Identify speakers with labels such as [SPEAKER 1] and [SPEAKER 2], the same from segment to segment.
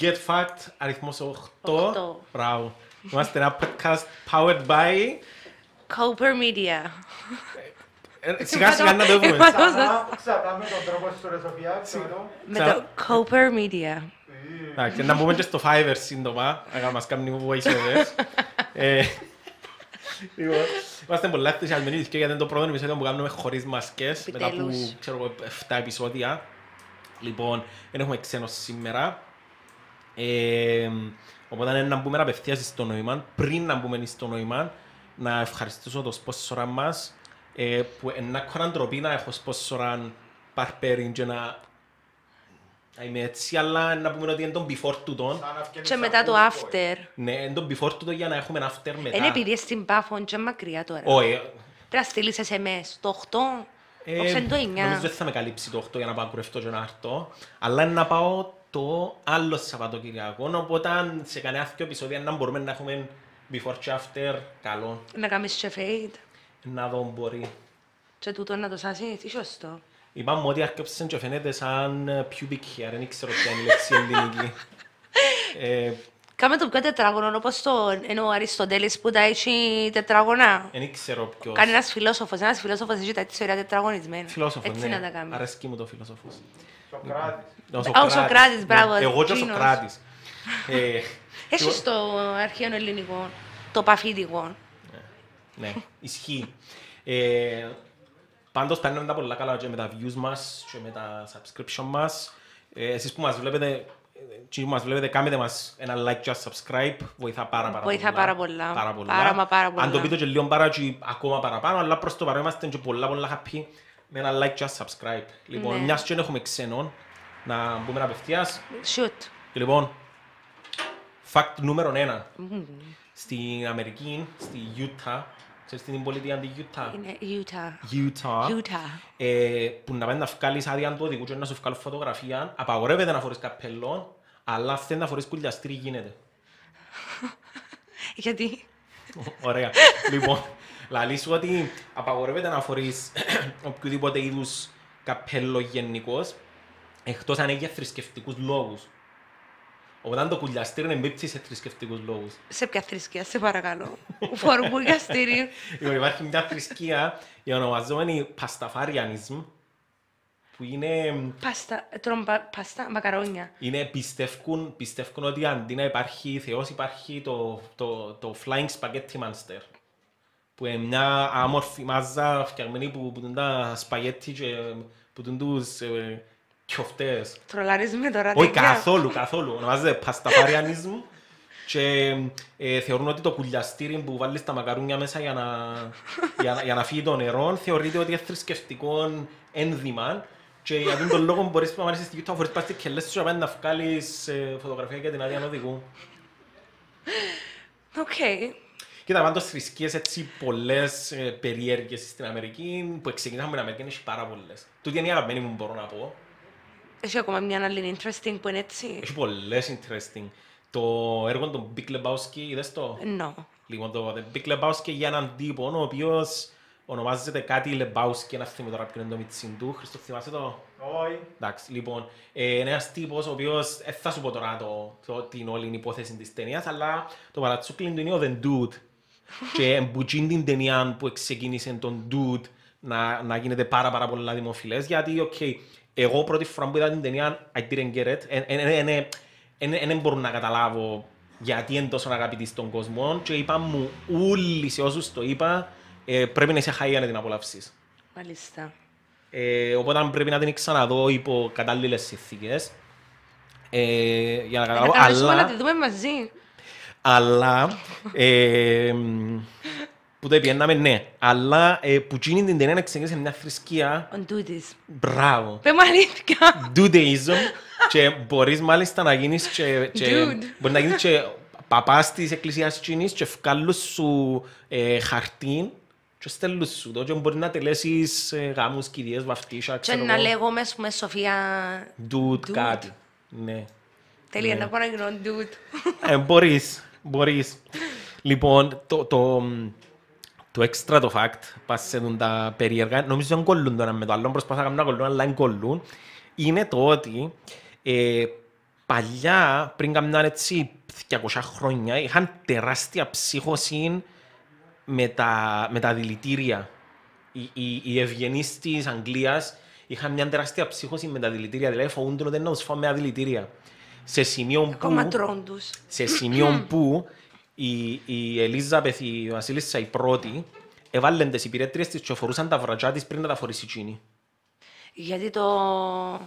[SPEAKER 1] Get Fact, αριθμός 8.
[SPEAKER 2] Οκτώ.
[SPEAKER 1] Μπράβο. Είμαστε ένα podcast powered by...
[SPEAKER 2] Cooper Media.
[SPEAKER 1] Ε, Σιγά σιγά να το βρούμε.
[SPEAKER 2] Εμάς-
[SPEAKER 3] Ξανά, ξανά με τον τρόπο της Ρεσοφιάς, ξέρω.
[SPEAKER 2] Με
[SPEAKER 1] Ξανά.
[SPEAKER 2] το Cooper Media.
[SPEAKER 1] Να, και να μπούμε και στο Fiverr σύντομα, να μας κάνουν voiceovers. Ε, λοιπόν, Είμαστε πολλά ενθουσιασμένοι γιατί είναι το πρώτο επεισόδιο που κάνουμε χωρίς μασκές, μετά από
[SPEAKER 2] Επιτέλους.
[SPEAKER 1] ξέρω, εγώ, 7 επεισόδια. Λοιπόν, δεν έχουμε ξένο σήμερα. Ε, οπότε είναι να μπούμε απευθείας στο νόημα. Πριν να μπούμε στο νόημα, να ευχαριστήσω το σπόσορα μας, ε, που είναι ακόμα ντροπή να έχω σπόσορα παρπέριν και να να είμαι έτσι, αλλά να πούμε ότι είναι τον before τούτον.
[SPEAKER 3] Σαν να βγαίνεις
[SPEAKER 2] Και μετά το
[SPEAKER 3] από
[SPEAKER 2] After.
[SPEAKER 1] Ναι, είναι τον before τούτον για να έχουμε ένα after μετά.
[SPEAKER 2] Είναι επειδή στην Πάφον και μακριά τώρα.
[SPEAKER 1] Όχι. ε,
[SPEAKER 2] Πρέπει να στείλεις SMS το 8, όψε το 9.
[SPEAKER 1] Νομίζω δεν θα με καλύψει το 8 για να πάω κουρευτώ και να έρθω. Αλλά είναι να πάω το άλλο Σαββατοκυριακό. Οπότε αν σε κανένα δύο επεισόδια να μπορούμε να έχουμε before και after, καλό.
[SPEAKER 2] Να κάνεις και fade.
[SPEAKER 1] Να δω μπορεί.
[SPEAKER 2] Και τούτο να το σάσεις, τι σωστό.
[SPEAKER 1] Είπαμε ότι αρκέψαν και φαίνεται σαν ε, pubic hair. Δεν ξέρω ποια είναι η λέξη ελληνική. Ε,
[SPEAKER 2] Κάμε το πιο τετράγωνο όπως το ενώ ο Αριστοτέλης που τα έχει τετράγωνα.
[SPEAKER 1] Δεν ξέρω ποιος.
[SPEAKER 2] Κάνει ένας φιλόσοφος, ένας φιλόσοφος έχει τα έτσι ωραία τετραγωνισμένα.
[SPEAKER 1] Φιλόσοφος,
[SPEAKER 2] Έτσι
[SPEAKER 1] ναι.
[SPEAKER 2] να τα κάνει.
[SPEAKER 1] Αρέσκει μου το φιλόσοφος.
[SPEAKER 3] Σοκράτης.
[SPEAKER 1] Ο
[SPEAKER 2] Σοκράτης,
[SPEAKER 1] ναι.
[SPEAKER 2] μπράβο,
[SPEAKER 1] Εγώ και ο
[SPEAKER 2] εκείνος.
[SPEAKER 1] Σοκράτης. Ε,
[SPEAKER 2] Έχεις
[SPEAKER 1] εγώ-
[SPEAKER 2] στο αρχαίο ελληνικό το παφίδικο.
[SPEAKER 1] Ναι, ισχύει. Ε, πάντως παίρνουμε τα πολλά καλά και με τα views μας και με τα subscription μας. Ε, εσείς που μας βλέπετε, ε, εκείνοι που μας βλέπετε, κάνετε μας ένα like και ένα subscribe. Βοηθά πάρα πάρα
[SPEAKER 2] Βοηθά
[SPEAKER 1] πολλά.
[SPEAKER 2] πάρα πολλά. Πάρα μα πάρα πολλά.
[SPEAKER 1] Αν το πείτε και λίγο πάρα και ακόμα παραπάνω, αλλά προς το παρόν είμαστε και πολλά πολλά happy με ένα like και ένα subscribe. Λοιπόν,
[SPEAKER 2] Ναι.
[SPEAKER 1] μιας και δεν έχουμε ξένον, να μπούμε απευθείας.
[SPEAKER 2] Shoot.
[SPEAKER 1] Λοιπόν, fact νούμερο ένα. Στην Αμερική, στη Utah, ξέρεις την πολιτεία της Utah.
[SPEAKER 2] Είναι Utah.
[SPEAKER 1] Utah.
[SPEAKER 2] Utah.
[SPEAKER 1] Ε, που να πάει να βγάλεις άδεια του οδηγού και να σου βγάλω φωτογραφία, απαγορεύεται να φορείς καπελό, αλλά αν θέλεις να φορείς κουλιαστήρι γίνεται.
[SPEAKER 2] Γιατί
[SPEAKER 1] Ωραία. λοιπόν, λαλείς σου ότι απαγορεύεται να φορείς οποιοδήποτε είδους καπέλο γενικώς, εκτός αν έχει για θρησκευτικούς λόγους. Οπότε το κουλιαστήρι εμπίπτει σε θρησκευτικούς λόγους.
[SPEAKER 2] σε ποια θρησκεία, σε παρακαλώ. Φορμού για στήρι.
[SPEAKER 1] Λοιπόν, υπάρχει μια θρησκεία η ονομαζόμενη Πασταφάριανισμ που είναι,
[SPEAKER 2] Πάστα, τρομπα, πάστα, μακαρόνια.
[SPEAKER 1] είναι πιστεύκουν, πιστεύκουν ότι αντί να υπάρχει Θεός υπάρχει το, το, το Flying Spaghetti Monster που είναι μια άμορφη μάζα φτιαγμένη που, που τούν τα σπαγέτι και που τούν τους ε, κιοφτές.
[SPEAKER 2] Τρολάρεις με τώρα.
[SPEAKER 1] Όχι
[SPEAKER 2] τέτοια.
[SPEAKER 1] καθόλου, καθόλου. Ονομάζεται πασταφάριανισμ και ε, θεωρούν ότι το κουλιαστήρι που βάλεις στα μακαρούνια μέσα για να, για, να- για να φύγει το νερό θεωρείται ότι είναι θρησκευτικό ένδυμα και για αυτόν τον λόγο μπορείς να είσαι στη YouTube, φορείς πας και λες σου να πάει να βγάλεις ε, φωτογραφία για την άδεια οδηγού.
[SPEAKER 2] Οκ.
[SPEAKER 1] Κοίτα, πάντως θρησκείες έτσι πολλές ε, περίεργες στην Αμερική που ξεκινάμε με την Αμερική έχει πάρα πολλές. Τούτη είναι η αγαπημένη μου μπορώ να πω.
[SPEAKER 2] Έχει ακόμα μια άλλη interesting που είναι έτσι.
[SPEAKER 1] Έχει πολλές interesting. Το έργο των Big Lebowski, είδες το?
[SPEAKER 2] No.
[SPEAKER 1] Λοιπόν, το The Big Lebowski για έναν τύπο, ο οποίος ονομάζεται κάτι Lebowski, να θυμηθώ τώρα ποιο είναι το μίτσιν του. Χριστό, θυμάσαι το.
[SPEAKER 3] Όχι.
[SPEAKER 1] Εντάξει, λοιπόν, ε, είναι ένας τύπος ο οποίος, ε, θα σου πω τώρα το, το, την όλη υπόθεση της ταινίας, αλλά το παρατσούκλι του είναι ο The Dude. και εμπουτζίν την ταινία που ξεκίνησε τον Dude να, να γίνεται πάρα πάρα πολλά δημοφιλές, γιατί, οκ, εγώ πρώτη φορά που είδα την ταινία, I didn't get it, Εν- εν- εν- εν- εν- εν- εν μπορώ να καταλάβω γιατί είναι τόσο αγαπητής στον κόσμο και είπα μου όλοι σε όσους το είπα, ε, πρέπει να είσαι χαία να την απολαύσεις.
[SPEAKER 2] Μάλιστα.
[SPEAKER 1] Ε, οπότε πρέπει να την ξαναδώ υπό κατάλληλες συνθήκες. Ε, για να
[SPEAKER 2] Να
[SPEAKER 1] καταλάβω.
[SPEAKER 2] καλέσουμε να τη
[SPEAKER 1] αλλά
[SPEAKER 2] δούμε μαζί.
[SPEAKER 1] αλλά ε, μ, που το επιέναμε, ναι. Αλλά ε, που γίνει την ταινία να ξεκίνησε μια θρησκεία.
[SPEAKER 2] On duties.
[SPEAKER 1] Μπράβο.
[SPEAKER 2] Πε μου αλήθεια.
[SPEAKER 1] Dudeism. και μπορείς μάλιστα να γίνεις και, και
[SPEAKER 2] Dude.
[SPEAKER 1] μπορείς να γίνεις και παπάς της εκκλησίας Τσίνης και βγάλουν σου ε, χαρτί και στέλνουν σου το και μπορεί να τελέσεις ε, γάμους, κηδείες, βαφτίσια,
[SPEAKER 2] Και
[SPEAKER 1] ξέρω
[SPEAKER 2] να
[SPEAKER 1] εγώ.
[SPEAKER 2] λέγω μέσα μες Σοφία.
[SPEAKER 1] Dude,
[SPEAKER 2] Dude.
[SPEAKER 1] κάτι. Ναι.
[SPEAKER 2] Τέλεια, να πάω να γίνω dude.
[SPEAKER 1] Ε, μπορείς, μπορείς. Λοιπόν, το, το, το extra το fact, πας σε δουν τα περίεργα, νομίζω δεν κολλούν το ένα με το άλλο, προσπαθώ να κάνω να κολλούν, αλλά δεν κολλούν, είναι το ότι ε, Παλιά, πριν καμνάν έτσι 200 χρόνια, είχαν τεράστια ψύχωση με τα, με τα δηλητήρια. Οι, οι, οι ευγενείς της Αγγλίας είχαν μια τεράστια ψύχωση με τα δηλητήρια. Δηλαδή, φοβούνται ότι δεν τους φάμε τα δηλητήρια. Σε σημείο
[SPEAKER 2] Ακόμα
[SPEAKER 1] που
[SPEAKER 2] τρών τους.
[SPEAKER 1] σε σημείο που η, η Ελίζαπεθ, η Βασίλισσα η πρώτη, έβαλαν τις υπηρέτριες της και φορούσαν τα βρατζά της πριν να τα φορήσει εκείνη.
[SPEAKER 2] Γιατί το...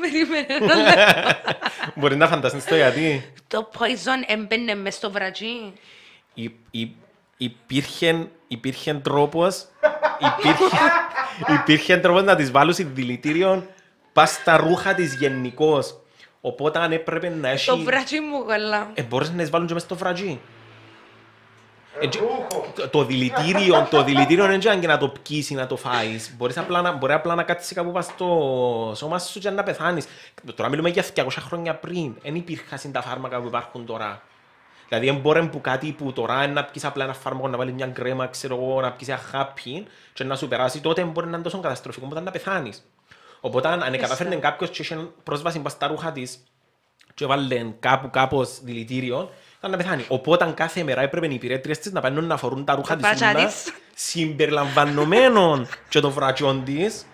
[SPEAKER 2] Περίμενε ένα λεπτό.
[SPEAKER 1] Μπορεί να φανταστείς το γιατί.
[SPEAKER 2] Το poison έμπαινε μες στο βραγί.
[SPEAKER 1] Υ- υ- Υπήρχε, υπήρχε τρόπος, υπήρχε, υπήρχε τρόπος να τις βάλουν δηλητήριον πας στα ρούχα της γενικώς. Οπότε αν έπρεπε να
[SPEAKER 2] Το
[SPEAKER 1] έχει...
[SPEAKER 2] βραγί μου καλά.
[SPEAKER 1] Ε, μπορείς να τις βάλουν και μέσα στο βραγί.
[SPEAKER 3] Ε,
[SPEAKER 1] Έτσι-
[SPEAKER 3] Ρούχο.
[SPEAKER 1] Το- το δηλητήριο, το δηλητήριο δεν είναι και να το πιείς ή να το φάεις. Μπορείς απλά να, μπορεί απλά να κάτσεις κάπου πας στο σώμα σου και να πεθάνεις. Τώρα μιλούμε για 200 χρόνια πριν. Δεν υπήρχαν τα φάρμακα που υπάρχουν τώρα. Δηλαδή δεν μπορεί που κάτι που τώρα είναι να πιείς απλά ένα φάρμακο, να βάλεις μια γκρέμα, ξέρω εγώ, να πιείς ένα χάπι και να σου περάσει, τότε μπορεί να είναι τόσο καταστροφικό που ήταν να πεθάνεις. Οπότε αν- αν καταφέρνει κάποιος και είχε πρόσβαση πας στα ρούχα της και βάλε κάπου κάπως δηλητήριο, ήταν να πεθάνει. Οπότε κάθε μέρα έπρεπε οι υπηρέτριες της να πάνε να φορούν τα ρούχα
[SPEAKER 2] Τα
[SPEAKER 1] της
[SPEAKER 2] μπατζά
[SPEAKER 1] ούλας,
[SPEAKER 2] της.
[SPEAKER 1] συμπεριλαμβανομένων και των βρατσιών της,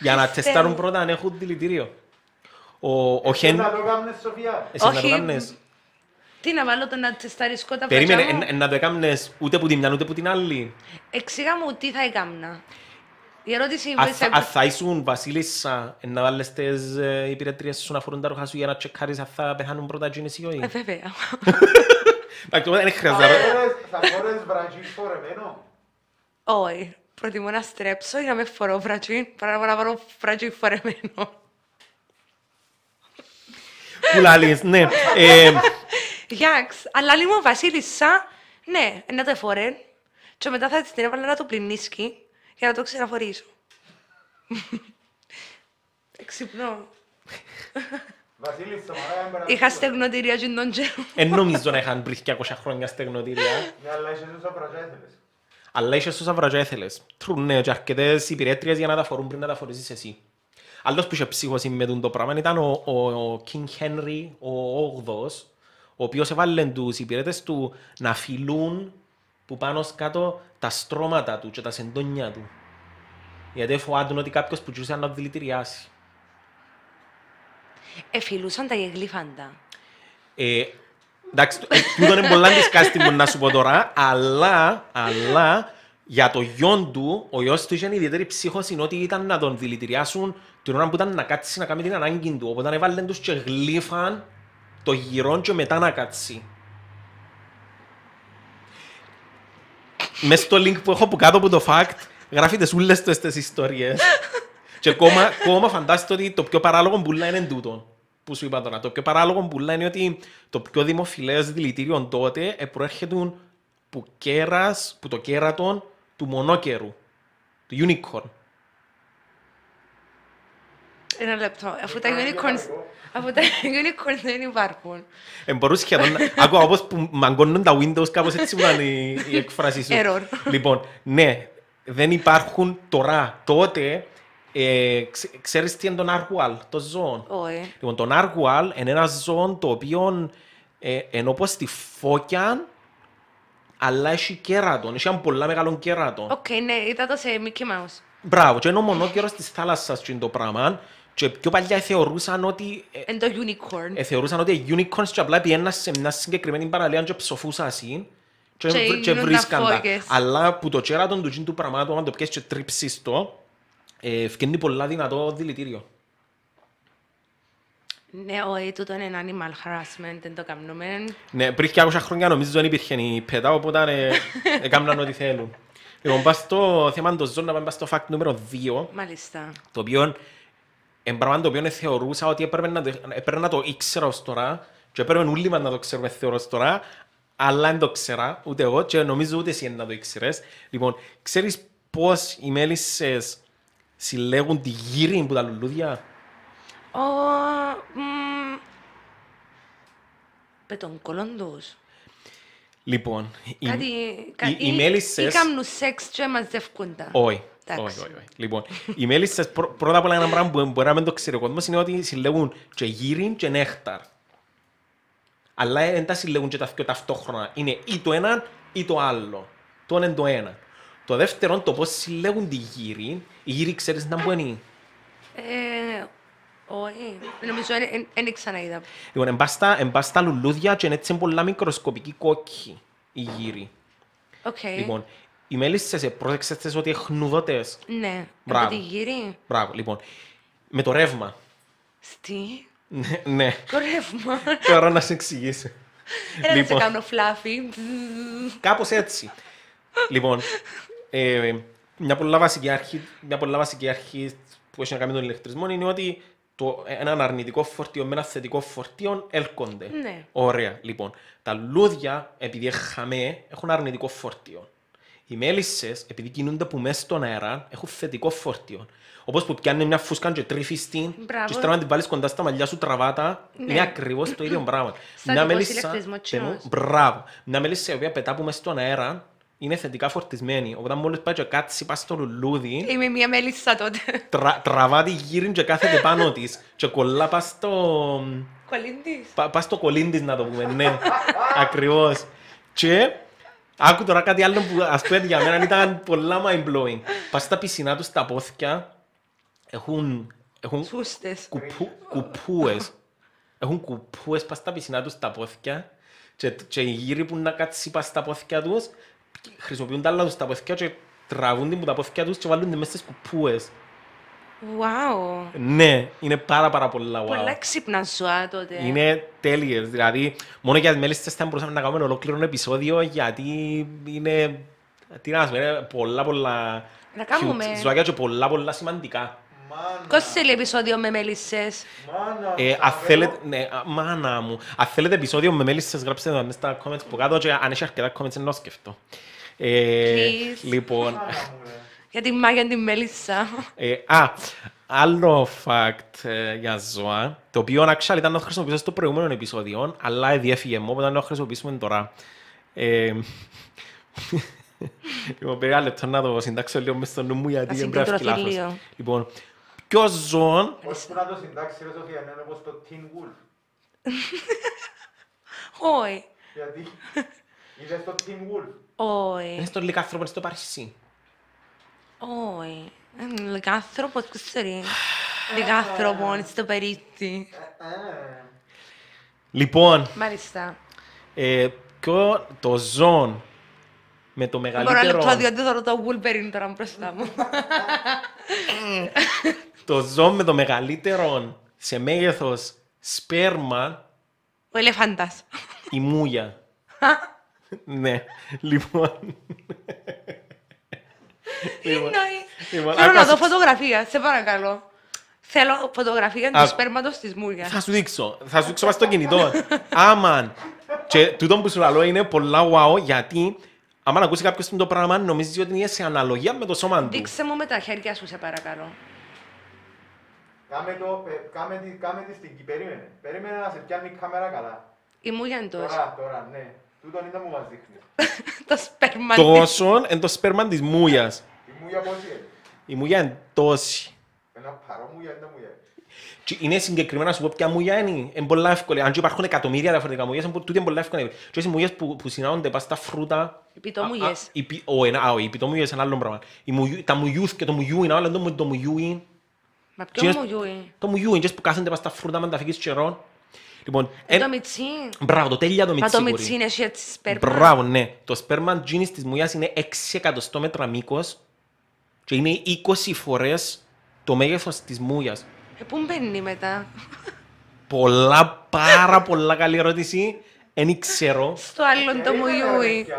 [SPEAKER 1] για να
[SPEAKER 2] Χριστέ
[SPEAKER 1] τεστάρουν
[SPEAKER 2] μου.
[SPEAKER 1] πρώτα αν έχουν δηλητήριο. Ο, ο Χεν... Ε,
[SPEAKER 3] Να το κάνεις Σοφιά.
[SPEAKER 1] Εσύ να το
[SPEAKER 2] Όχι.
[SPEAKER 1] κάνεις.
[SPEAKER 2] Τι να βάλω το να τσεσταρισκώ τα βραγιά
[SPEAKER 1] Περίμενε,
[SPEAKER 2] μου.
[SPEAKER 1] εν- εν- να το έκαμνες ούτε που τη μια ούτε που την άλλη.
[SPEAKER 2] Εξήγα μου τι θα έκαμνα. Η ερώτηση
[SPEAKER 1] Αν
[SPEAKER 2] βοήθησε-
[SPEAKER 1] θα- Αν θα ήσουν βασίλισσα, εν να βάλεις τις ε, υπηρετρίες σου να φορούν τα ρούχα σου για να τσεκάρεις αν θα πεθάνουν πρώτα εκείνες ή όχι.
[SPEAKER 2] Ε, βέβαια.
[SPEAKER 1] Εντάξει, οπότε δεν
[SPEAKER 3] Θα
[SPEAKER 1] χρειάζεται. να ρω-
[SPEAKER 3] φορές- Θα φορές βραγίς φορεμένο.
[SPEAKER 2] Όχι. Προτιμώ να στρέψω για να με φορώ βραγί παρά να βάλω βραγί φορεμένο.
[SPEAKER 1] Που λαλείς, ναι. Ε,
[SPEAKER 2] Γιάξ, αλλά λίγο ο βασίλισσα, ναι, να το εφορέν και μετά θα την έβαλα να το πλυνίσκει για να το ξαναφορήσω. Ξυπνώ.
[SPEAKER 3] Βασίλισσα, μωρέ, έμπερα.
[SPEAKER 2] Είχα στεγνοτήρια και τον τζέρο.
[SPEAKER 1] Εν νομίζω να είχαν πριν 200 χρόνια στεγνοτήρια.
[SPEAKER 3] Ναι, αλλά είσαι ζούσα βραγιά ήθελες.
[SPEAKER 1] Αλλά είσαι στους αβραζιά έθελες. Τρουν, ναι, και αρκετές υπηρέτριες για να τα φορούν πριν να τα φορήσεις εσύ. Άλλος που είχε ψύχωση με τον το πράγμα ήταν ο, ο, ο King Henry ο 8ος, ο οποίος έβαλε τους υπηρέτες του να φιλούν που πάνω κάτω τα στρώματα του και τα σεντόνια του. Γιατί φοβάτουν ότι κάποιος που τσούσε να δηλητηριάσει.
[SPEAKER 2] Εφιλούσαν τα γεγλίφαντα.
[SPEAKER 1] Ε, εντάξει, το- ε, τούτο είναι πολλά δυσκάστη μου να σου πω τώρα, αλλά, αλλά για το γιον του, ο γιος του είχε ιδιαίτερη ψύχωση ότι ήταν να τον δηλητηριάσουν την ώρα που ήταν να κάτσει να κάνει την ανάγκη του. Οπότε έβαλε τους και γλύφαν το γυρόν και μετά να κάτσει. Μες στο link που έχω από κάτω από το fact, γράφετε σούλες του στις ιστορίες. Και ακόμα, ακόμα φαντάζεστε ότι το πιο παράλογο μπουλά είναι τούτο που σου είπα τώρα. Το πιο παράλογο μπουλά είναι ότι το πιο δημοφιλές δηλητήριο τότε ε, προέρχεται που, κέρας, που το κέρατον του μονόκερου, του unicorn.
[SPEAKER 2] Ένα λεπτό. Αφού τα
[SPEAKER 3] Υπάρχει
[SPEAKER 1] ναι,
[SPEAKER 2] unicorns,
[SPEAKER 3] λογαριασμό.
[SPEAKER 2] αφού τα unicorns δεν υπάρχουν.
[SPEAKER 1] Ε, μπορούσε σχεδόν να... Ακόμα όπως που μαγκώνουν τα Windows κάπως έτσι που ήταν η, η εκφράση σου.
[SPEAKER 2] Error.
[SPEAKER 1] Λοιπόν, ναι, δεν υπάρχουν τώρα. Τότε, ε, ξε- ξέρεις τι είναι τον Argual, το ζώο.
[SPEAKER 2] Όχι.
[SPEAKER 1] Λοιπόν, το Νάργουαλ είναι ένα ζώο το οποίο ε, ενώ πως στη φώκια, αλλά έχει κέρατον. Έχει έναν πολλά μεγάλο κέρατον.
[SPEAKER 2] Οκ, ναι, είδα το σε Mickey Mouse.
[SPEAKER 1] Μπράβο, και είναι ο μονόκερος της θάλασσας και είναι το πράγμα. Και πιο παλιά θεωρούσαν ότι ε,
[SPEAKER 2] Εν το unicorn.
[SPEAKER 1] ε, θεωρούσαν ότι οι unicorns και απλά πήγαιναν σε μια συγκεκριμένη παραλία και ψοφούσαν εσύ και,
[SPEAKER 2] Και
[SPEAKER 1] βρ- και
[SPEAKER 2] ήμουν τα
[SPEAKER 1] βρίσκαν τα.
[SPEAKER 2] φώκες.
[SPEAKER 1] Αλλά που το κέρατον του τζιν του πραγμάτου, αν το πιέσεις και τρίψεις το, ε, φκένει πολλά δυνατό δηλητήριο.
[SPEAKER 2] Ναι, όχι, τούτο είναι animal harassment, δεν το κάνουμε.
[SPEAKER 1] Ναι, πριν και 200 χρόνια νομίζω δεν υπήρχε η πέτα, οπότε ε, έκαναν ό,τι θέλουν. Λοιπόν, πας στο θέμα των ζώων, να πάμε πας στο fact νούμερο 2,
[SPEAKER 2] Μάλιστα.
[SPEAKER 1] το οποίο εν πράγμα το οποίο θεωρούσα ότι έπρεπε να, το, έπρεπε να το ήξερα ως τώρα και έπρεπε όλοι μας να το ξέρουμε θεωρώ ως τώρα, αλλά δεν το ξέρα, ούτε εγώ και νομίζω ούτε εσύ να το ήξερες. Λοιπόν, ξέρεις πώς οι μέλισσες συλλέγουν τη γύρι που τα λουλούδια.
[SPEAKER 2] Ο... μ, Με τον κολόντος.
[SPEAKER 1] Λοιπόν, οι-
[SPEAKER 2] Κάτι... κα-
[SPEAKER 1] οι- οι
[SPEAKER 2] ή-
[SPEAKER 1] μέλισσες-
[SPEAKER 2] Ή κάνουν σεξ και μαζεύκουν τα.
[SPEAKER 1] Όχι. Όχι,
[SPEAKER 2] Εντάξει.
[SPEAKER 1] όχι, όχι. Λοιπόν, οι μέλισσες, πρω- πρώτα απ' όλα ένα πράγμα που μπορεί να μην το ξέρει ο κόσμος είναι ότι συλλέγουν και γύριν και νέχταρ. Αλλά δεν τα συλλέγουν και τα δυο ταυτόχρονα. Είναι ή το ένα ή το άλλο. Το ένα είναι το ένα. Το δεύτερο, το πώς συλλέγουν τη γύριν, η γύρι ξέρεις να μπορεί.
[SPEAKER 2] Ε, όχι. Νομίζω δεν ξαναείδα.
[SPEAKER 1] Λοιπόν, εμπάστα, εμπάστα λουλούδια και είναι έτσι πολλά μικροσκοπική κόκκι η γύρι.
[SPEAKER 2] Οκ.
[SPEAKER 1] Λοιπόν, οι μέλισσες, ε, πρόσεξες τις ότι χνουδότες.
[SPEAKER 2] Ναι.
[SPEAKER 1] Μπράβο.
[SPEAKER 2] Από τη γύρι.
[SPEAKER 1] Μπράβο, λοιπόν. Με το ρεύμα.
[SPEAKER 2] Στι.
[SPEAKER 1] Ναι, ναι.
[SPEAKER 2] Το ρεύμα.
[SPEAKER 1] Τώρα να σε εξηγήσω.
[SPEAKER 2] Έλα να σε
[SPEAKER 1] Λοιπόν.
[SPEAKER 2] κάνω φλάφι.
[SPEAKER 1] Κάπως έτσι. λοιπόν, ε, μια, πολλά βασική αρχή, μια πολλά βασική αρχή που έχει να κάνει με τον ηλεκτρισμό είναι ότι το, έναν αρνητικό φορτίο με ένα θετικό φορτίο έλκονται.
[SPEAKER 2] Ναι.
[SPEAKER 1] Ωραία. Λοιπόν, τα λουλούδια, επειδή χαμέ, έχουν αρνητικό φορτίο. Οι μέλισσες, επειδή κινούνται που μέσα στον αέρα, έχουν θετικό φορτίο. Όπως που πιάνει μια φούσκα και τρίφει την,
[SPEAKER 2] Μπράβο.
[SPEAKER 1] και στραβά να την βάλεις κοντά στα μαλλιά σου τραβάτα,
[SPEAKER 2] Ναι.
[SPEAKER 1] είναι ακριβώς το ίδιο πράγμα.
[SPEAKER 2] Στατικός ηλεκτρισμό, κοινός.
[SPEAKER 1] Παι- Μπράβο. Μια μέλισσα η οποία πετά που μέσα στον αέρα είναι θετικά φορτισμένη. Οπότε μόλις πάει και κάτσει, πας στο λουλούδι,
[SPEAKER 2] Είμαι μία μέλισσα τότε.
[SPEAKER 1] τρα, τραβά τη γύριν και κάθεται πάνω της. Και κολλά πας στο.
[SPEAKER 2] Κολλήντης.
[SPEAKER 1] Πα πας στο κολλήν της να το πούμε, ναι. Ακριβώς. Και άκου τώρα κάτι άλλο που ας πούμε για μένα ήταν πολλά mind blowing. Πας στα πισινά τους τα πόθηκια, έχουν, έχουν
[SPEAKER 2] Σούστες.
[SPEAKER 1] κουπού, κουπούες. Έχουν κουπούες πας στα πισινά τους τα πόθηκια και, και οι γύροι που να κάτσει πας στα πόθηκια τους χρησιμοποιούν τα άλλα τους τα πόθηκια και τραβούν την που τα πόθηκια τους και βάλουν την μέσα στις κουπούες.
[SPEAKER 2] Wow.
[SPEAKER 1] Ναι, είναι πάρα πάρα πολλά. wow.
[SPEAKER 2] Πολλά ξύπνας ζώα τότε.
[SPEAKER 1] Είναι τέλειες. Δηλαδή, μόνο για τι μέλισσε θα μπορούσαμε να κάνουμε ολόκληρο επεισόδιο γιατί είναι. Τι να σου πω, είναι πολλά πολλά.
[SPEAKER 2] Να κάνουμε.
[SPEAKER 1] cute Ζωάκια και πολλά πολλά σημαντικά.
[SPEAKER 3] Μάνα.
[SPEAKER 2] Πώς θέλει επεισόδιο με μέλισσες.
[SPEAKER 3] Μάνα.
[SPEAKER 1] Ε, αν
[SPEAKER 3] ξαναπέω.
[SPEAKER 1] θέλετε, ναι, α, μάνα μου, αν θέλετε επεισόδιο με μέλισσες γράψτε το μες στα comments που κάτω και αν έχει αρκετά comments ενώ σκεφτώ. Ε,
[SPEAKER 2] Please.
[SPEAKER 1] λοιπόν,
[SPEAKER 3] Μάνα μου, ρε.
[SPEAKER 2] Για τη μάγια τη μέλισσα.
[SPEAKER 1] Ε, α, άλλο fact ε, για ζώα, το οποίο actually ήταν να το χρησιμοποιήσω στο προηγούμενο επεισόδιο, αλλά διέφυγε μου, οπότε να το χρησιμοποιήσουμε τώρα. Ε, λοιπόν, περί λεπτό να το συντάξω λίγο μες στο νου μου, γιατί
[SPEAKER 2] Να
[SPEAKER 1] δεν πρέπει να
[SPEAKER 2] συγκεντρωθεί
[SPEAKER 1] φτιάξει λάθος.
[SPEAKER 2] λίγο.
[SPEAKER 1] Λοιπόν, ποιος ζώο,
[SPEAKER 3] Πώς που να το συντάξει ρε Σοφία, είναι όπως το Teen Wolf.
[SPEAKER 2] Όχι.
[SPEAKER 3] Γιατί είδες το Teen Wolf.
[SPEAKER 1] είναι
[SPEAKER 2] Όχι.
[SPEAKER 1] στον λίγα άνθρωπο στο Παρίσι.
[SPEAKER 2] Όχι. Ε, Λιγάνθρωπο, ξέρει. Λιγάνθρωπο στο περίτη.
[SPEAKER 3] Ε,
[SPEAKER 1] Λοιπόν,
[SPEAKER 2] Μάλιστα.
[SPEAKER 1] ε, ποιο το ζώο με το
[SPEAKER 2] Μπορώ
[SPEAKER 1] μεγαλύτερο...
[SPEAKER 2] λεπτό, διότι θα το Wolverine τώρα μπροστά μου.
[SPEAKER 1] Το ζώο με το μεγαλύτερο σε μέγεθος σπέρμα
[SPEAKER 2] Ο ελεφάντας.
[SPEAKER 1] η μούια. ναι, λοιπόν.
[SPEAKER 2] Τι εννοεί.
[SPEAKER 1] Λοιπόν,
[SPEAKER 2] Θέλω να
[SPEAKER 1] άκουσα-
[SPEAKER 2] δω φωτογραφία, σε παρακαλώ. Θέλω φωτογραφία
[SPEAKER 1] Α-
[SPEAKER 2] του σπέρματος της μούριας.
[SPEAKER 1] θα σου δείξω. Θα σου δείξω βάσει το κινητό. Άμαν. Και τούτο που σου λέω είναι πολλά wow γιατί άμα ακούσει κάποιος το πράγμα νομίζεις ότι είναι σε αναλογία με το σώμα του.
[SPEAKER 2] Δείξε μου με τα χέρια σου, σε παρακαλώ.
[SPEAKER 3] Κάμε το, ε, κάμε τη, κάμε τη στην περίμενε. Περίμενε να σε πιάνει η κάμερα καλά.
[SPEAKER 2] Η μούγια είναι τόσο.
[SPEAKER 3] Τώρα, τώρα, ναι. Τούτον ήταν που μας δείχνει.
[SPEAKER 2] Το σπέρμα της.
[SPEAKER 1] Τόσο είναι το σπέρμα της μούιας.
[SPEAKER 3] Η μούγια πώς είναι.
[SPEAKER 1] Η μούια είναι τόση.
[SPEAKER 3] Ένα παρό μούγια είναι τα μούγια.
[SPEAKER 1] Και είναι συγκεκριμένα να σου πω ποια μουλιά είναι. Είναι πολλά εύκολη. Αν και υπάρχουν εκατομμύρια διαφορετικά μουλιές, είναι πο- τούτη είναι πολλά εύκολη. Και οι μουλιές που, που συνάδονται πας στα φρούτα...
[SPEAKER 2] Οι πιτομουλιές.
[SPEAKER 1] Α, α, οι πι- ο, ένα- α, ο, Οι πιτομουλιές είναι άλλο πράγμα. Οι μουλιού- Τα μουλιούθ και το μουλιού είναι άλλο. Το, το μουλιού είναι...
[SPEAKER 2] Μα ποιο
[SPEAKER 1] Ξέρεις-
[SPEAKER 2] μουγιού είναι.
[SPEAKER 1] Το μουλιού είναι και που κάθονται πας στα φρούτα με τα φύγεις καιρό. Λοιπόν,
[SPEAKER 2] Ε,
[SPEAKER 1] εν-
[SPEAKER 2] Το μιτσί.
[SPEAKER 1] μπράβο, το τέλεια το
[SPEAKER 2] Μα το
[SPEAKER 1] μιτσί
[SPEAKER 2] μιτσί
[SPEAKER 1] μπορεί.
[SPEAKER 2] είναι έτσι έτσι σπέρμα.
[SPEAKER 1] Μπράβο, ναι. Το σπέρμα τζίνης της μουλιάς είναι 6 εκατοστό μέτρα μήκος και είναι 20 φορές το μέγεθος της μουλιάς.
[SPEAKER 2] Ε, πού μπαίνει μετά.
[SPEAKER 1] Πολλά, πάρα πολλά καλή ερώτηση. Δεν ξέρω.
[SPEAKER 2] Στο άλλο το μουγιού είναι.
[SPEAKER 3] Ε,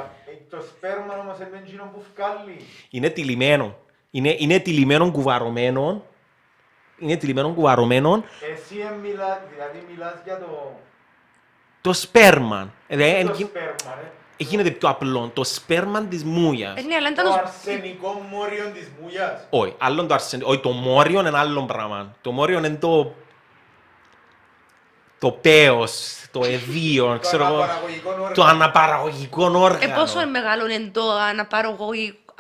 [SPEAKER 3] Το σπέρμα όμως είναι εκείνο που βγάλει.
[SPEAKER 1] Είναι τυλιγμένο. Είναι, είναι τυλιγμένο κουβαρωμένο. Είναι τυλιγμένο κουβαρωμένο
[SPEAKER 3] Εσύ εν μιλάς, δηλαδή μιλάς για το...
[SPEAKER 1] το σπέρμα. Δηλαδή,
[SPEAKER 3] Το
[SPEAKER 1] εν-
[SPEAKER 3] σπέρμα, ρε.
[SPEAKER 1] γίνεται πιο απλό. Το σπέρμα της
[SPEAKER 2] Ε,
[SPEAKER 1] μούιας.
[SPEAKER 2] ναι, αλλά ήταν
[SPEAKER 3] Το
[SPEAKER 2] το
[SPEAKER 3] αρσενικό μόριο της μούγιας.
[SPEAKER 1] Όχι, άλλον το αρσενικό. Όχι, το μόριο είναι άλλο πράγμα. Το μόριο είναι το... Το πέος, το εδίο, ξέρω εγώ.
[SPEAKER 3] αναπαραγωγικό όργανο.
[SPEAKER 1] Το αναπαραγωγικό όργανο.
[SPEAKER 2] Ε, πόσο μεγάλο είναι το αναπαραγωγικό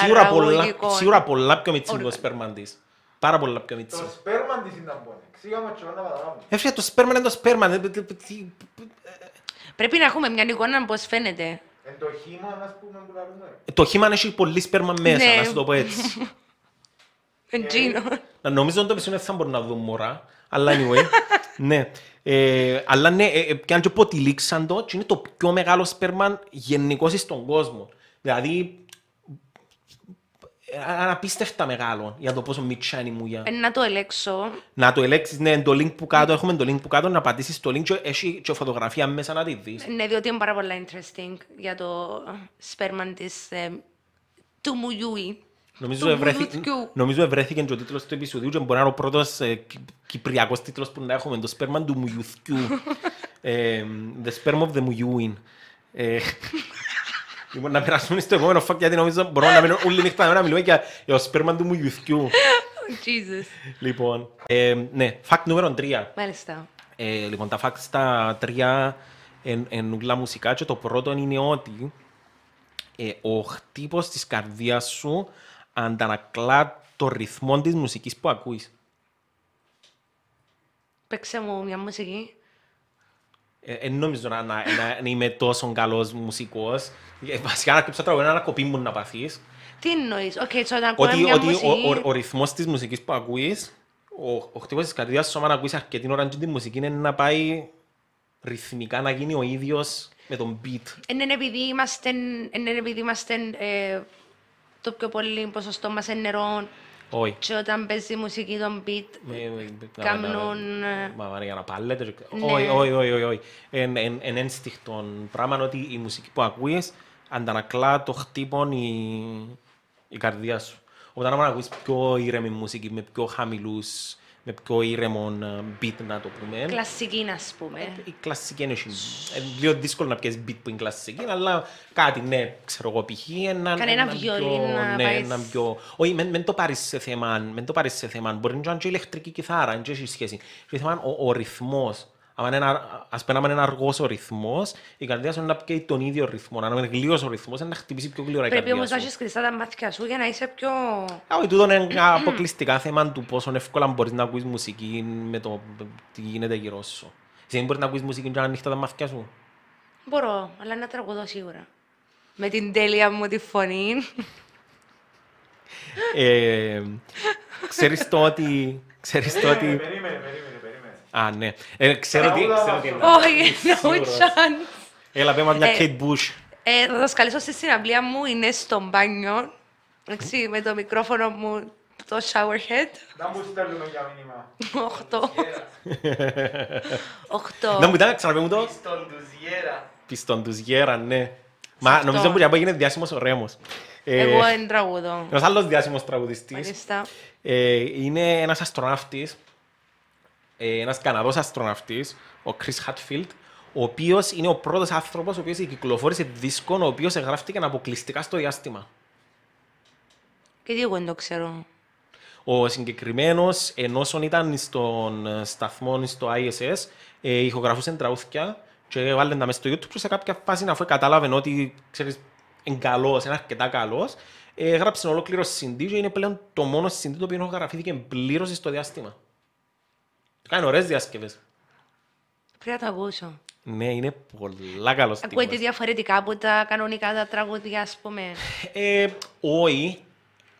[SPEAKER 1] Σίγουρα πολλά,
[SPEAKER 2] αναπαραγωγικό.
[SPEAKER 1] σίγουρα πολλά πιο μιτσί το
[SPEAKER 2] Όργανο.
[SPEAKER 1] σπέρμα της. Πάρα πολλά πιο
[SPEAKER 3] Το
[SPEAKER 1] μιτσί.
[SPEAKER 3] σπέρμα της ήταν πόνο. Ξήγαμε τσιόν να πατάμε.
[SPEAKER 1] Έφυγε το σπέρμα είναι το σπέρμα. δεν- δεν- δεν- τι-
[SPEAKER 2] Πρέπει να έχουμε μια εικόνα πώς φαίνεται.
[SPEAKER 3] Εν το χήμα, ας πούμε, που λαλούμε.
[SPEAKER 1] Το χήμα έχει πολύ σπέρμα μέσα,
[SPEAKER 2] Ναι.
[SPEAKER 1] να σου το πω έτσι. Ε.
[SPEAKER 2] Εντζίνο.
[SPEAKER 1] Να Νομίζω ότι το επεισόδιο δεν θα μπορούν να δουν μωρά. Αλλά anyway, ναι. Ε, αλλά ναι, ε, ε, πιάνε και ποτηλίξαν το και είναι το πιο μεγάλο σπέρμα γενικώς στον κόσμο. Δηλαδή, ε, αναπίστευτα μεγάλο για το πόσο μητσά είναι η μουλιά.
[SPEAKER 2] Ε, Να το ελέξω.
[SPEAKER 1] Να το ελέξεις, ναι, το link που κάτω, έχουμε το link που κάτω, να πατήσεις το link και έχει και φωτογραφία μέσα να τη δεις.
[SPEAKER 2] Ναι, διότι είναι πάρα πολύ interesting για το ε, σπέρμα της. ε, του Μουγιούι.
[SPEAKER 1] Νομίζω
[SPEAKER 2] Του
[SPEAKER 1] ευρέθηκε,
[SPEAKER 2] μουλούτκιου.
[SPEAKER 1] νομίζω ευρέθηκε και ο τίτλος του επεισοδίου και μπορεί να είναι ο πρώτος ε, κυ- κυπριακός τίτλος που να έχουμε, το σπέρμα του μουλιουθκιού. ε, the sperm of the muyuin. Ε, λοιπόν, να περάσουμε στο επόμενο φακ, γιατί νομίζω μπορούμε να μείνουμε όλη νύχτα να μιλούμε για, για το σπέρμα του μουλιουθκιού. Oh,
[SPEAKER 2] Jesus.
[SPEAKER 1] λοιπόν, ε, ναι, φακ νούμερο 3.
[SPEAKER 2] Μάλιστα.
[SPEAKER 1] Ε, λοιπόν, τα facts τα τρία εν, εν ούλα μουσικά και το πρώτο είναι ότι ε, ο χτύπος της καρδιάς σου αντανακλά το ρυθμό της μουσικής που ακούεις.
[SPEAKER 2] Παίξε μου μια μουσική.
[SPEAKER 1] Ε, εν νομίζω να, να, να- να είμαι τόσο καλός μουσικός. Ε, βασικά να ακούψα τραγουδία, να κοπή μου να παθείς.
[SPEAKER 2] Τι εννοείς, Οκ, okay, όταν ακούω
[SPEAKER 1] Ότι,
[SPEAKER 2] μια
[SPEAKER 1] ότι ο,
[SPEAKER 2] μουσική.
[SPEAKER 1] ο, ο, ρυθμός της μουσικής που ακούεις, ο, ο χτύπος της καρδιάς σου, άμα να ακούεις αρκετή ώρα και τη μουσική, είναι να πάει ρυθμικά να γίνει ο ίδιος με τον beat.
[SPEAKER 2] Εν Είναι Ε, ναι, επειδή είμαστε, εν είναι επειδή είμαστε ε, το πιο πολύ ποσοστό μας είναι νερό
[SPEAKER 1] Όχι.
[SPEAKER 2] και όταν παίζει μουσική των beat
[SPEAKER 1] Ε,
[SPEAKER 2] Ε, κάνουν... ε,
[SPEAKER 1] Μα βαριά να πάλετε.
[SPEAKER 2] Ναι.
[SPEAKER 1] Όχι, όχι, όχι, όχι, όχι. Εν- εν- Εν ένστικτο πράγμα είναι ότι η μουσική που ακούεις αντανακλά το χτύπον η, η καρδιά σου. Όταν άμα ακούεις πιο ήρεμη μουσική, με πιο χαμηλούς, με πιο ήρεμο beat να το πούμε.
[SPEAKER 2] Κλασική να ας πούμε.
[SPEAKER 1] Ε, Η κλασική είναι όχι- είναι λίγο δύσκολο να πιέσεις beat που είναι κλασική, αλλά κάτι, ναι, ξέρω εγώ, π.χ. έναν-
[SPEAKER 2] Κανένα
[SPEAKER 1] έναν
[SPEAKER 2] βιολί
[SPEAKER 1] πιο-
[SPEAKER 2] να
[SPEAKER 1] ναι,
[SPEAKER 2] πάρεις-
[SPEAKER 1] έναν πιο- Όχι, μεν- μεν το πάρεις σε θέμα, μεν το πάρεις σε θέμα. Μπορεί να είναι και ηλεκτρική κιθάρα, δεν έχει σχέση. Είναι θέμα ο, ο ρυθμός. Αν είναι, α- ας πούμε, άμα είναι αργός ο ρυθμός, η καρδιά σου είναι να πιέει τον ίδιο ρυθμό. Αν είναι γλύος ο ρυθμός, είναι να χτυπήσει πιο γλύωρα η
[SPEAKER 2] Πρέπει
[SPEAKER 1] καρδιά
[SPEAKER 2] όμως
[SPEAKER 1] σου.
[SPEAKER 2] να έχεις κλειστά τα μάτια σου για να είσαι πιο...
[SPEAKER 1] Α, Όχι, τούτο είναι αποκλειστικά θέμα του πόσο εύκολα μπορείς να ακούεις μουσική με το τι γίνεται γύρω σου. Εσύ δεν μπορείς να ακούεις μουσική και να ανοίχτα τα μάτια σου.
[SPEAKER 2] Μπορώ, αλλά να τραγουδώ σίγουρα. Με την τέλεια μου τη φωνή.
[SPEAKER 1] Ε, ξέρεις το ότι... Ξέρεις το
[SPEAKER 3] Περίμενε,
[SPEAKER 1] ότι...
[SPEAKER 3] περίμενε, περίμενε, περίμενε.
[SPEAKER 1] Α, ναι. Ε, ξέρω τι...
[SPEAKER 3] Τραγούδα
[SPEAKER 1] Ξέρω
[SPEAKER 3] μας
[SPEAKER 1] τι
[SPEAKER 3] τώρα.
[SPEAKER 1] εννοώ.
[SPEAKER 2] Όχι, no
[SPEAKER 1] Σίγουρος.
[SPEAKER 2] chance.
[SPEAKER 1] Έλα, πέμα μια
[SPEAKER 2] Ε,
[SPEAKER 1] Kate Bush.
[SPEAKER 2] Ε, θα σας καλέσω στη συναυλία μου, είναι στο μπάνιο. Εντάξει, με το μικρόφωνο μου, το shower head.
[SPEAKER 3] Να μου στέλνουμε για μήνυμα.
[SPEAKER 1] Ε,
[SPEAKER 2] Οχτώ. Οχτώ.
[SPEAKER 1] Να μου ήταν, ξαναπέ μου το.
[SPEAKER 4] Στον Ντουζιέρα.
[SPEAKER 1] Πιστον τους γέρα, ναι. Μα νομίζω που για να γίνει διάσημος ο Ρέμος. Ε,
[SPEAKER 2] Εγώ δεν τραγουδώ.
[SPEAKER 1] Ένας άλλος διάσημος τραγουδιστής.
[SPEAKER 2] Μάλιστα.
[SPEAKER 1] Ε, είναι ένας αστροναύτης, ε, ένας Καναδός αστροναύτης, ο Chris Hatfield, ο οποίος είναι ο πρώτος άνθρωπος ο οποίος κυκλοφόρησε δίσκον, ο οποίος εγγράφτηκε αποκλειστικά στο διάστημα.
[SPEAKER 2] Και τι εγώ δεν το ξέρω.
[SPEAKER 1] Ο συγκεκριμένος, ενώ όσον ήταν στον ε, σταθμό στο ISS, ε, ηχογραφούσε τραγούδια και βάλε τα μέσα στο YouTube. και Σε κάποια φάση, αφού κατάλαβε ότι ξέρεις, είναι καλό, είναι αρκετά καλός, ε, γράψε ένα ολόκληρο CD και είναι πλέον το μόνο CD το οποίο ηχογραφήθηκε πλήρως στο διάστημα. Κάνει ωραίες διασκευές.
[SPEAKER 2] Πρέπει να το ακούσω.
[SPEAKER 1] Ναι, είναι πολλά καλός.
[SPEAKER 2] Ακούγεται διαφορετικά από τα κανονικά τα τραγούδια, ας πούμε.
[SPEAKER 1] Ε, όχι.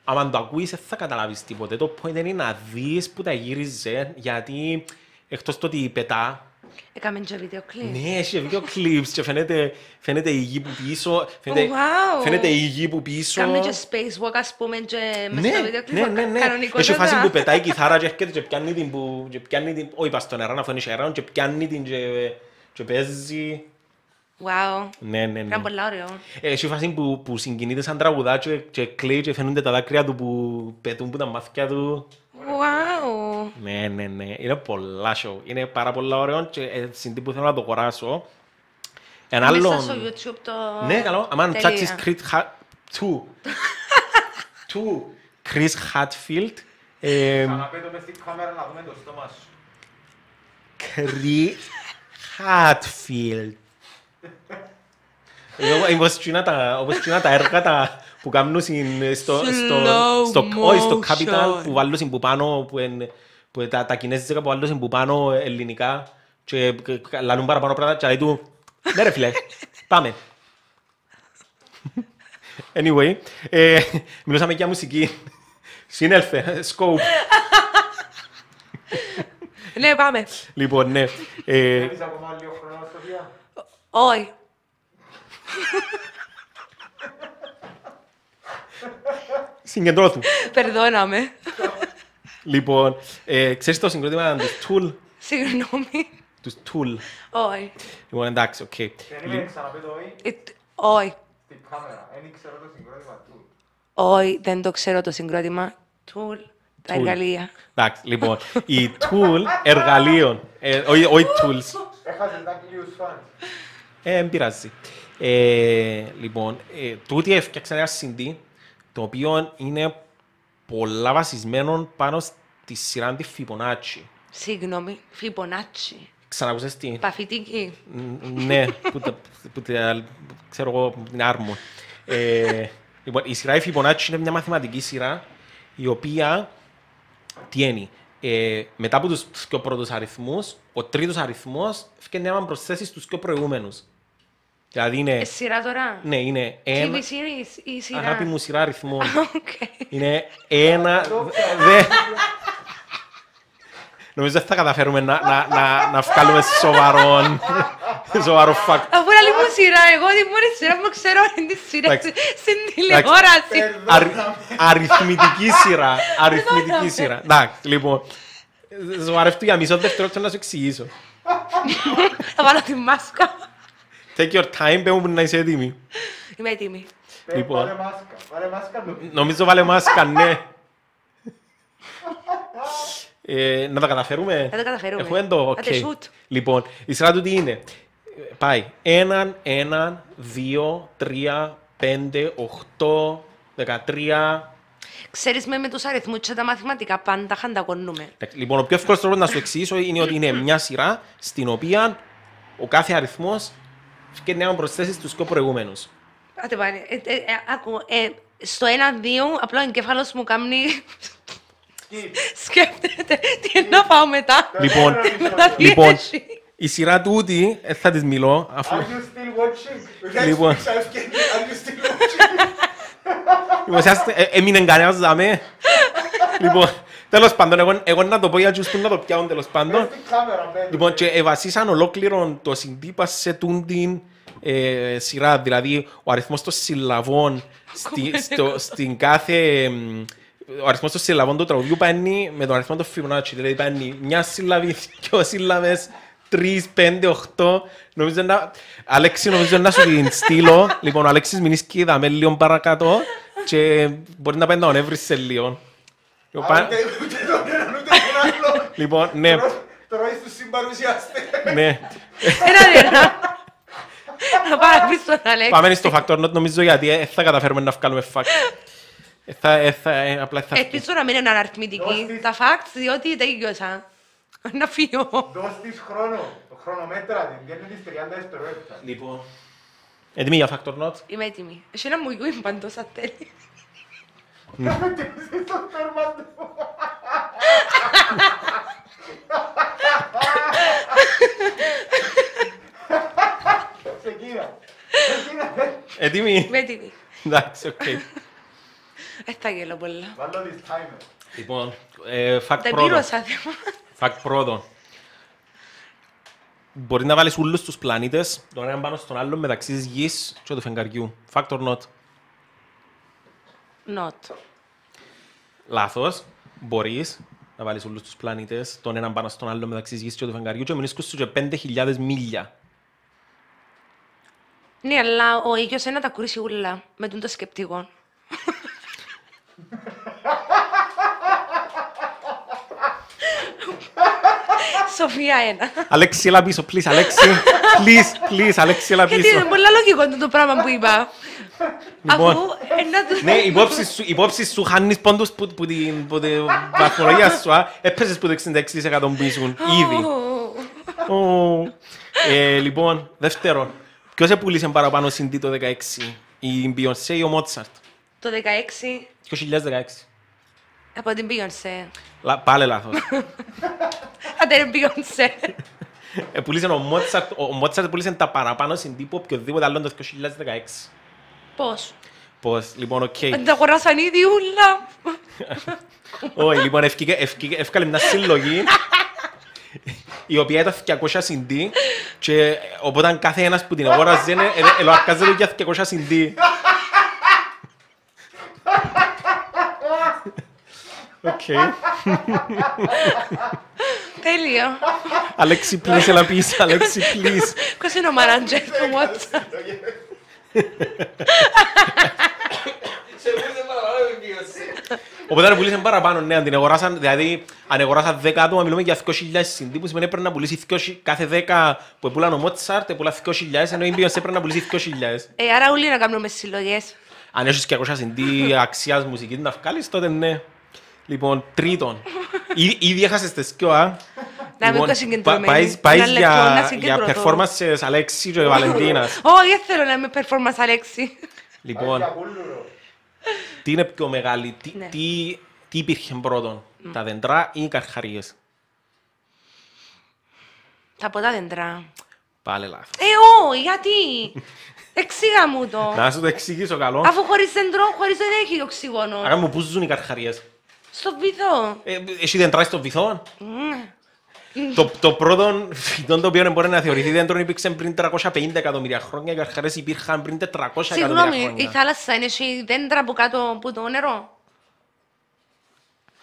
[SPEAKER 1] Αν το ακούεις, δεν θα καταλάβεις τίποτε. Το point είναι να δεις που τα γύριζε, γιατί εκτός το ότι πετά,
[SPEAKER 2] Έκαμε και βίντεο κλιπ.
[SPEAKER 1] ναι, έχει βίντεο κλιπς και φαίνεται, φαίνεται η γη που πίσω, φαίνεται,
[SPEAKER 2] Wow.
[SPEAKER 1] φαίνεται η γη που πίσω.
[SPEAKER 2] Κάμε και spacewalk, ας πούμε, και μέσα
[SPEAKER 1] ναι,
[SPEAKER 2] στο βίντεο κλιπ.
[SPEAKER 1] ναι, ναι, ναι. Έχει φάση που πετάει η κιθάρα και έρχεται και πιάνει την που... Και πιάνει την... Όχι, πας στον αεράν, αφού είναι σε αεράν, και πιάνει την και, και παίζει.
[SPEAKER 2] Wow.
[SPEAKER 1] Ναι, ναι, ναι.
[SPEAKER 2] Ήταν πολλά ωραίο.
[SPEAKER 1] Έχει φάση που, που συγκινείται σαν τραγουδά και, και κλαίει και φαίνονται τα δάκρυα του που πετούν που τα μάτια του.
[SPEAKER 2] Wow.
[SPEAKER 1] Ναι, ναι, ναι. Είναι πολλά show. Είναι πάρα πολλά ωραίο και ε, συντή που θέλω να το αγοράσω. Ένα άλλο...
[SPEAKER 2] Μέσα στο YouTube το...
[SPEAKER 1] Ναι, καλό. Αμάν
[SPEAKER 2] Τέλεια.
[SPEAKER 1] ψάξεις Chris Hat... Του. Του. Chris Hatfield. Ε,
[SPEAKER 3] Ξαναπέτω μες στην κάμερα να δούμε το στόμα σου.
[SPEAKER 1] Chris Hatfield. Εγώ- Όπως τσινά τα- όπως τσινά τα έργα τα που κάνουν στην- στο, στο,
[SPEAKER 2] Slow
[SPEAKER 1] στο, όχι, στο
[SPEAKER 2] motion.
[SPEAKER 1] Capital που βάλουν που πάνω, που, εν, που τα, τα κινέζικα που βάλουν που πάνω ελληνικά και κα- λαλούν παραπάνω πράγματα και λέει του «Ναι ρε φίλε, πάμε». Anyway, ε, μιλούσαμε και για μουσική. Συνέλθε, scope.
[SPEAKER 2] Ναι, πάμε.
[SPEAKER 1] λοιπόν, ναι. Ε,
[SPEAKER 3] Έχεις ακόμα λίγο χρόνο, Σοφία.
[SPEAKER 2] Όχι.
[SPEAKER 1] συγκεντρώθου.
[SPEAKER 2] Περδώναμε.
[SPEAKER 1] λοιπόν, ε, ξέρεις το συγκρότημα του Tool.
[SPEAKER 2] Συγγνώμη.
[SPEAKER 1] Τους Tool.
[SPEAKER 2] Όχι.
[SPEAKER 1] Λοιπόν, εντάξει, οκ. ε,
[SPEAKER 3] Περίμενε ξαναπεί το «Ι»
[SPEAKER 2] It- Όχι.
[SPEAKER 3] στην κάμερα. Δεν ήξερα το συγκρότημα του.
[SPEAKER 2] Όχι, δεν το ξέρω το συγκρότημα. Τουλ. Τα
[SPEAKER 1] Tool.
[SPEAKER 2] εργαλεία.
[SPEAKER 1] Εντάξει, λοιπόν, η tool εργαλείων, ε, όχι όχι tools,
[SPEAKER 3] Έχασε τα κλείους φαν.
[SPEAKER 1] ε, δεν πειράζει. Ε, λοιπόν, ε, τούτοι έφτιαξαν ένα CD, το οποίο είναι πολλά βασισμένο πάνω στη σειρά της Fibonacci.
[SPEAKER 2] Συγγνώμη. Φιμπονάτσι.
[SPEAKER 1] Ξανακούσες την,
[SPEAKER 2] Παφητική.
[SPEAKER 1] ναι, που, τα, που τα- ξέρω εγώ, την άρμον. Ε, λοιπόν, η σειρά η Fibonacci είναι μια μαθηματική σειρά η οποία τι είναι, ε, μετά από τους πιο πρώτους αριθμούς, ο τρίτος αριθμός φτιάχνει να προσθέσει στους πιο προηγούμενους. Δηλαδή είναι,
[SPEAKER 2] Ε, Σειρά τώρα.
[SPEAKER 1] ναι, είναι
[SPEAKER 2] TV
[SPEAKER 1] ένα,
[SPEAKER 2] series ή σειρά.
[SPEAKER 1] αγάπη μου σειρά αριθμών.
[SPEAKER 2] Οκ.
[SPEAKER 1] Είναι ένα. Δε... Νομίζω δεν θα καταφέρουμε να, να, να, να βγάλουμε σοβαρόν, σοβαρό fact.
[SPEAKER 2] Αφού είναι άλλη μου σειρά, εγώ τη μόνη σειρά που ξέρω είναι τη σειρά
[SPEAKER 1] Εντάξει.
[SPEAKER 2] στην
[SPEAKER 1] Ε,
[SPEAKER 2] τηλεόραση.
[SPEAKER 1] Αρι, αριθμητική σειρά. Αριθμητική σειρά. Εντάξει, λοιπόν. Σοβαρευτού για μισό δευτερόλεπτο να σου εξηγήσω.
[SPEAKER 2] Θα βάλω τη μάσκα.
[SPEAKER 1] Take your time, πέμου που να είσαι έτοιμη.
[SPEAKER 2] Είμαι έτοιμη.
[SPEAKER 1] Λοιπόν.
[SPEAKER 3] Βάλε Ε, μάσκα. Βάλε μάσκα του.
[SPEAKER 1] Νομίζω βάλε μάσκα, ναι. Ε, να τα καταφέρουμε.
[SPEAKER 2] Θα τα καταφέρουμε.
[SPEAKER 1] Έχουμε το, οκ.
[SPEAKER 2] Άντε, shoot.
[SPEAKER 1] Λοιπόν, η σειρά του τι είναι. Ε, Πάει. Έναν, έναν, δύο, τρία, πέντε, οχτώ, δεκατρία.
[SPEAKER 2] Ξέρεις με με τους αριθμούς και τα μαθηματικά πάντα χανταγωνούμε.
[SPEAKER 1] Εντάξει, Λοιπόν, ο πιο εύκολος τρόπος να σου εξηγήσω είναι ότι είναι μια σειρά στην οποία ο κάθε αριθμός φτιάχνει να προσθέσει στους πιο προηγούμενους.
[SPEAKER 2] Άντε πάνε. Ε, ε, ε, Άκου, ε, στο ένα-δύο απλά ο εγκέφαλος μου κάνει...
[SPEAKER 3] Skip.
[SPEAKER 2] Σκέφτεται τι να πάω μετά.
[SPEAKER 1] Λοιπόν,
[SPEAKER 3] Don't worry,
[SPEAKER 2] Μετά
[SPEAKER 3] Σοφία.
[SPEAKER 1] Λοιπόν,
[SPEAKER 2] πιέζει.
[SPEAKER 1] η σειρά τούτη, ε, θα της μιλώ, αφού...
[SPEAKER 3] Are you still watching?
[SPEAKER 1] Λοιπόν.
[SPEAKER 3] Λοιπόν. Are you still watching?
[SPEAKER 1] Λοιπόν, σας- ε, έμεινε κανένας δαμέ. Λοιπόν, τέλος πάντων, εγώ, εγώ να το πω για τους που να το πιάουν τέλος πάντων.
[SPEAKER 3] Στην κάμερα, μπαίνει.
[SPEAKER 1] Λοιπόν, και ε, βασίσαν ολόκληρον το συντύπα σε τούν την ε, σειρά. Δηλαδή, ο αριθμός των συλλαβών στη, στο, στην κάθε... εμ, Ο αριθμός των συλλαβών του τραγουδιού παίρνει με τον αριθμό του Φιμπονάτσι. Δηλαδή, παίρνει μια σύλλαβη, δυο σύλλαβες, τρεις, πέντε, οχτώ. Νομίζω να... Αλέξη, νομίζω να σου την στείλω. λοιπόν, ο Αλέξης Μινίσκη, δαμε λίγο παρακάτω και μπορεί να πάει να τον έβρισε λίγο. Λοιπόν, πά-
[SPEAKER 3] Αλλά ούτε- ούτε τον έναν, ούτε τον άλλον.
[SPEAKER 1] Λοιπόν, ναι,
[SPEAKER 3] Τρώει- Τρώει στους συμπαρουσιαστές.
[SPEAKER 1] ναι.
[SPEAKER 2] Ένα ένα. Να πάω πίσω στον Αλέξη.
[SPEAKER 1] Πάμε στο factor not νομίζω γιατί ε, θα καταφέρουμε να βγάλουμε fact. Ε, θα, ε, θα, ε, απλά θα βγει.
[SPEAKER 2] Ελπίζω να μην είναι αναρρυθμητική
[SPEAKER 3] Δώστε.
[SPEAKER 2] τα facts, διότι τελειώσα. Να φύγω.
[SPEAKER 3] Δώσ' της χρόνο. Χρονομέτρα την. Βγαίνει τις 30 δευτερόλεπτα.
[SPEAKER 1] Λοιπόν. Έτοιμοι για factor not.
[SPEAKER 2] Είμαι έτοιμη. Έχει ένα μουγιού είμαι παντός αν θέλει.
[SPEAKER 3] Κάμε και εσύ στο τέρμα του. Ξεκίνα. Ξεκίνα. δε.
[SPEAKER 1] Έτοιμοι.
[SPEAKER 2] Είμαι έτοιμη.
[SPEAKER 1] Εντάξει, οκ.
[SPEAKER 2] Δεν θα γελώ πολλά.
[SPEAKER 3] Βάλω τις timer.
[SPEAKER 1] Λοιπόν, ε, fact
[SPEAKER 2] Τα
[SPEAKER 1] πρώτο.
[SPEAKER 2] επίρωσα θέμα.
[SPEAKER 1] Fact πρώτο. Μπορεί να βάλεις όλους τους πλανήτες, τον έναν πάνω στον άλλον, μεταξύ της γης και του φεγγαριού. Factor not.
[SPEAKER 2] Not.
[SPEAKER 1] Λάθος. Μπορείς να βάλεις όλους τους πλανήτες, τον έναν πάνω στον άλλον, μεταξύ της γης και του φεγγαριού και μείνεις σου και 5.000 μίλια.
[SPEAKER 2] Ναι, αλλά ο ίδιος είναι να τα κουρίσει ούλα με τον το σκεπτικό. Σοφία ένα.
[SPEAKER 1] Αλέξη, έλα πίσω, please, Αλέξη. Please, please, Αλέξη, έλα
[SPEAKER 2] Γιατί είναι
[SPEAKER 1] πίσω.
[SPEAKER 2] πολλά λογικό το- το πράγμα που είπα.
[SPEAKER 1] Λοιπόν.
[SPEAKER 2] Αφού ένα του...
[SPEAKER 1] Ναι, υπόψη σου, υπόψη σου χάνεις πόντους που, που την, που την βαθμολογία σου, α. Έπεσες που το 66% που ήσουν, ήδη.
[SPEAKER 2] Ω.
[SPEAKER 1] Ω. Ε, λοιπόν, δεύτερο. Ποιος επούλησε παραπάνω συντή το 16, η Beyoncé ή ο Μότσαρτ.
[SPEAKER 2] Το 16
[SPEAKER 1] 2016.
[SPEAKER 2] από την Beyoncé.
[SPEAKER 1] Λα- Πάλε λάθος.
[SPEAKER 2] Άντε ρε Beyoncé.
[SPEAKER 1] Ε, πουλήσε ο Μότσαρτ, ο Μότσαρτ πουλήσε τα παραπάνω στην τύπο οποιοδήποτε άλλο το 2016.
[SPEAKER 2] Πώς.
[SPEAKER 1] Πώς, λοιπόν, οκ.
[SPEAKER 2] Αν τα αγοράσαν ήδη ούλα.
[SPEAKER 1] Όχι, λοιπόν, ευκήκε- ευκήκε- εύκαλε μια συλλογή η οποία ήταν 200 συντή και οπότε κάθε ένας που την αγόραζε ε, ε, ελοαρκάζεται για 200 συντή. Οκ.
[SPEAKER 2] Τέλειο.
[SPEAKER 1] Αλέξη, please, έλα πεις, Αλέξη, please.
[SPEAKER 2] Ποιος είναι ο μαράντζερ του WhatsApp.
[SPEAKER 4] Σε βοήθησε παραπάνω η μείωση.
[SPEAKER 1] Οπότε να πουλήσαν παραπάνω, ναι, αν την αγοράσαν, δηλαδή αν αγοράσαν 10 άτομα, μιλούμε για 2.000 συντή, που σημαίνει πρέπει να πουλήσει 20 κάθε 10 που πουλάνε ο Μότσαρτ, πουλά 2.000, ενώ η Beyoncé πρέπει να πουλήσει 2.000.
[SPEAKER 2] Ε, άρα όλοι να κάνουμε συλλογές.
[SPEAKER 1] Αν έχεις και 200 συντή αξίας μουσικής να βγάλεις, τότε ναι. Λοιπόν, τρίτον, Ή- ήδη έχασες τις δυο, α.
[SPEAKER 2] Να μην
[SPEAKER 1] Λοιπόν,
[SPEAKER 2] το συγκεντρωμένοι.
[SPEAKER 1] πα- πάεις-
[SPEAKER 2] Ένα
[SPEAKER 1] Πάεις
[SPEAKER 2] λεπτό να
[SPEAKER 1] για- για
[SPEAKER 2] συγκεντρωθώ. Ναι.
[SPEAKER 1] performances Αλέξη και Βαλεντίνας.
[SPEAKER 2] Όχι, δεν θέλω να είμαι performance Αλέξη.
[SPEAKER 1] Λοιπόν,
[SPEAKER 3] Άγια πουλούρο.
[SPEAKER 1] τι είναι πιο μεγάλη, τι,
[SPEAKER 2] Ναι.
[SPEAKER 1] τι, τι υπήρχε πρώτον, τα δέντρα ή οι καρχαρίες.
[SPEAKER 2] Τα ποτά δέντρα.
[SPEAKER 1] Πάλε λάθος.
[SPEAKER 2] Ε, ω, γιατί. Εξήγα μου το.
[SPEAKER 1] Να σου το εξηγήσω καλό.
[SPEAKER 2] Αφού χωρίς δέντρο, χωρίς δεν έχει οξυγόνο.
[SPEAKER 1] Αγάπη μου, πού ζουν οι καρχαρίες.
[SPEAKER 2] Στο βυθό.
[SPEAKER 1] Ε, Εσύ δεντρά στο βυθό. Το, το πρώτο φυτό το οποίο μπορεί να θεωρηθεί δέντρο υπήρξε πριν 350 εκατομμύρια χρόνια. Οι καρχαρίες υπήρχαν πριν 400 εκατομμύρια
[SPEAKER 2] Συγγνώμη, η
[SPEAKER 1] χρόνια.
[SPEAKER 2] θάλασσα είναι έχει δέντρα από κάτω από το νερό.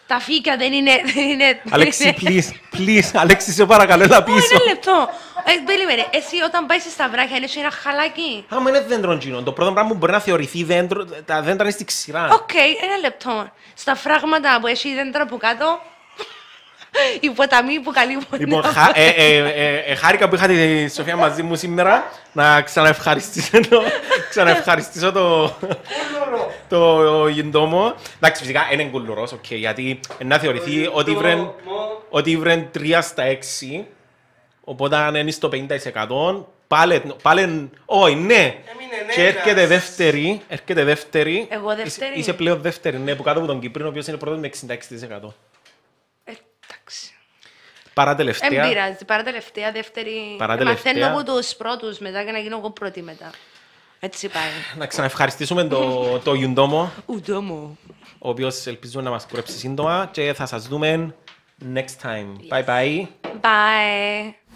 [SPEAKER 2] Τα φύκια δεν είναι... Δεν είναι
[SPEAKER 1] Αλέξη,
[SPEAKER 2] δεν είναι-
[SPEAKER 1] please, please, Αλέξη, σε παρακαλώ, έλα
[SPEAKER 2] Ω,
[SPEAKER 1] πίσω.
[SPEAKER 2] Ένα λεπτό. Ε, περίμενε, εσύ όταν πάει στα βράχια, είναι ένα χαλάκι.
[SPEAKER 1] Άμα είναι δέντρο γίνον, το πρώτο πράγμα που μπορεί να θεωρηθεί δέντρο, τα δέντρα είναι στη ξηρά.
[SPEAKER 2] Οκ, ένα λεπτό. Στα φράγματα που έχει δέντρα από κάτω, οι ποταμοί που καλύπτουν.
[SPEAKER 1] Λοιπόν, χα- ε, ε, ε, ε, χάρηκα που είχα τη Σοφία μαζί μου σήμερα να ξαναευχαριστήσω το, ξαναευχαριστήσω το,
[SPEAKER 3] Πουλούρο.
[SPEAKER 1] το γεντόμο. Εντάξει, φυσικά είναι κουλουρός, οκ, γιατί να θεωρηθεί ότι βρεν,
[SPEAKER 4] Μω,
[SPEAKER 1] ότι βρεν 3 στα 6, οπότε αν είναι στο 50%, πάλι, πάλι, όχι, ναι.
[SPEAKER 4] Έμεινε ένας.
[SPEAKER 1] Και έρχεται δεύτερη, έρχεται δεύτερη.
[SPEAKER 2] Εγώ
[SPEAKER 1] Είσαι-
[SPEAKER 2] δεύτερη.
[SPEAKER 1] Είσαι, πλέον δεύτερη, ναι, που κάτω από τον Κύπρο, ο οποίος είναι πρώτος με 66%.
[SPEAKER 2] Εντάξει.
[SPEAKER 1] Παρά
[SPEAKER 2] Δεν
[SPEAKER 1] τελευταία.
[SPEAKER 2] πειράζει. Παρατελευταία, δεύτερη. Ε,
[SPEAKER 1] Παρατελευταία.
[SPEAKER 2] Μαθαίνω από τους πρώτους μετά και να γίνω εγώ πρώτη μετά. Έτσι πάει.
[SPEAKER 1] Να ξαναευχαριστήσουμε το, το Ιουντόμο,
[SPEAKER 2] Ούντο μου.
[SPEAKER 1] ο οποίος ελπίζουμε να μας κουρέψει σύντομα και θα σας δούμε next time. Bye bye.
[SPEAKER 2] Bye.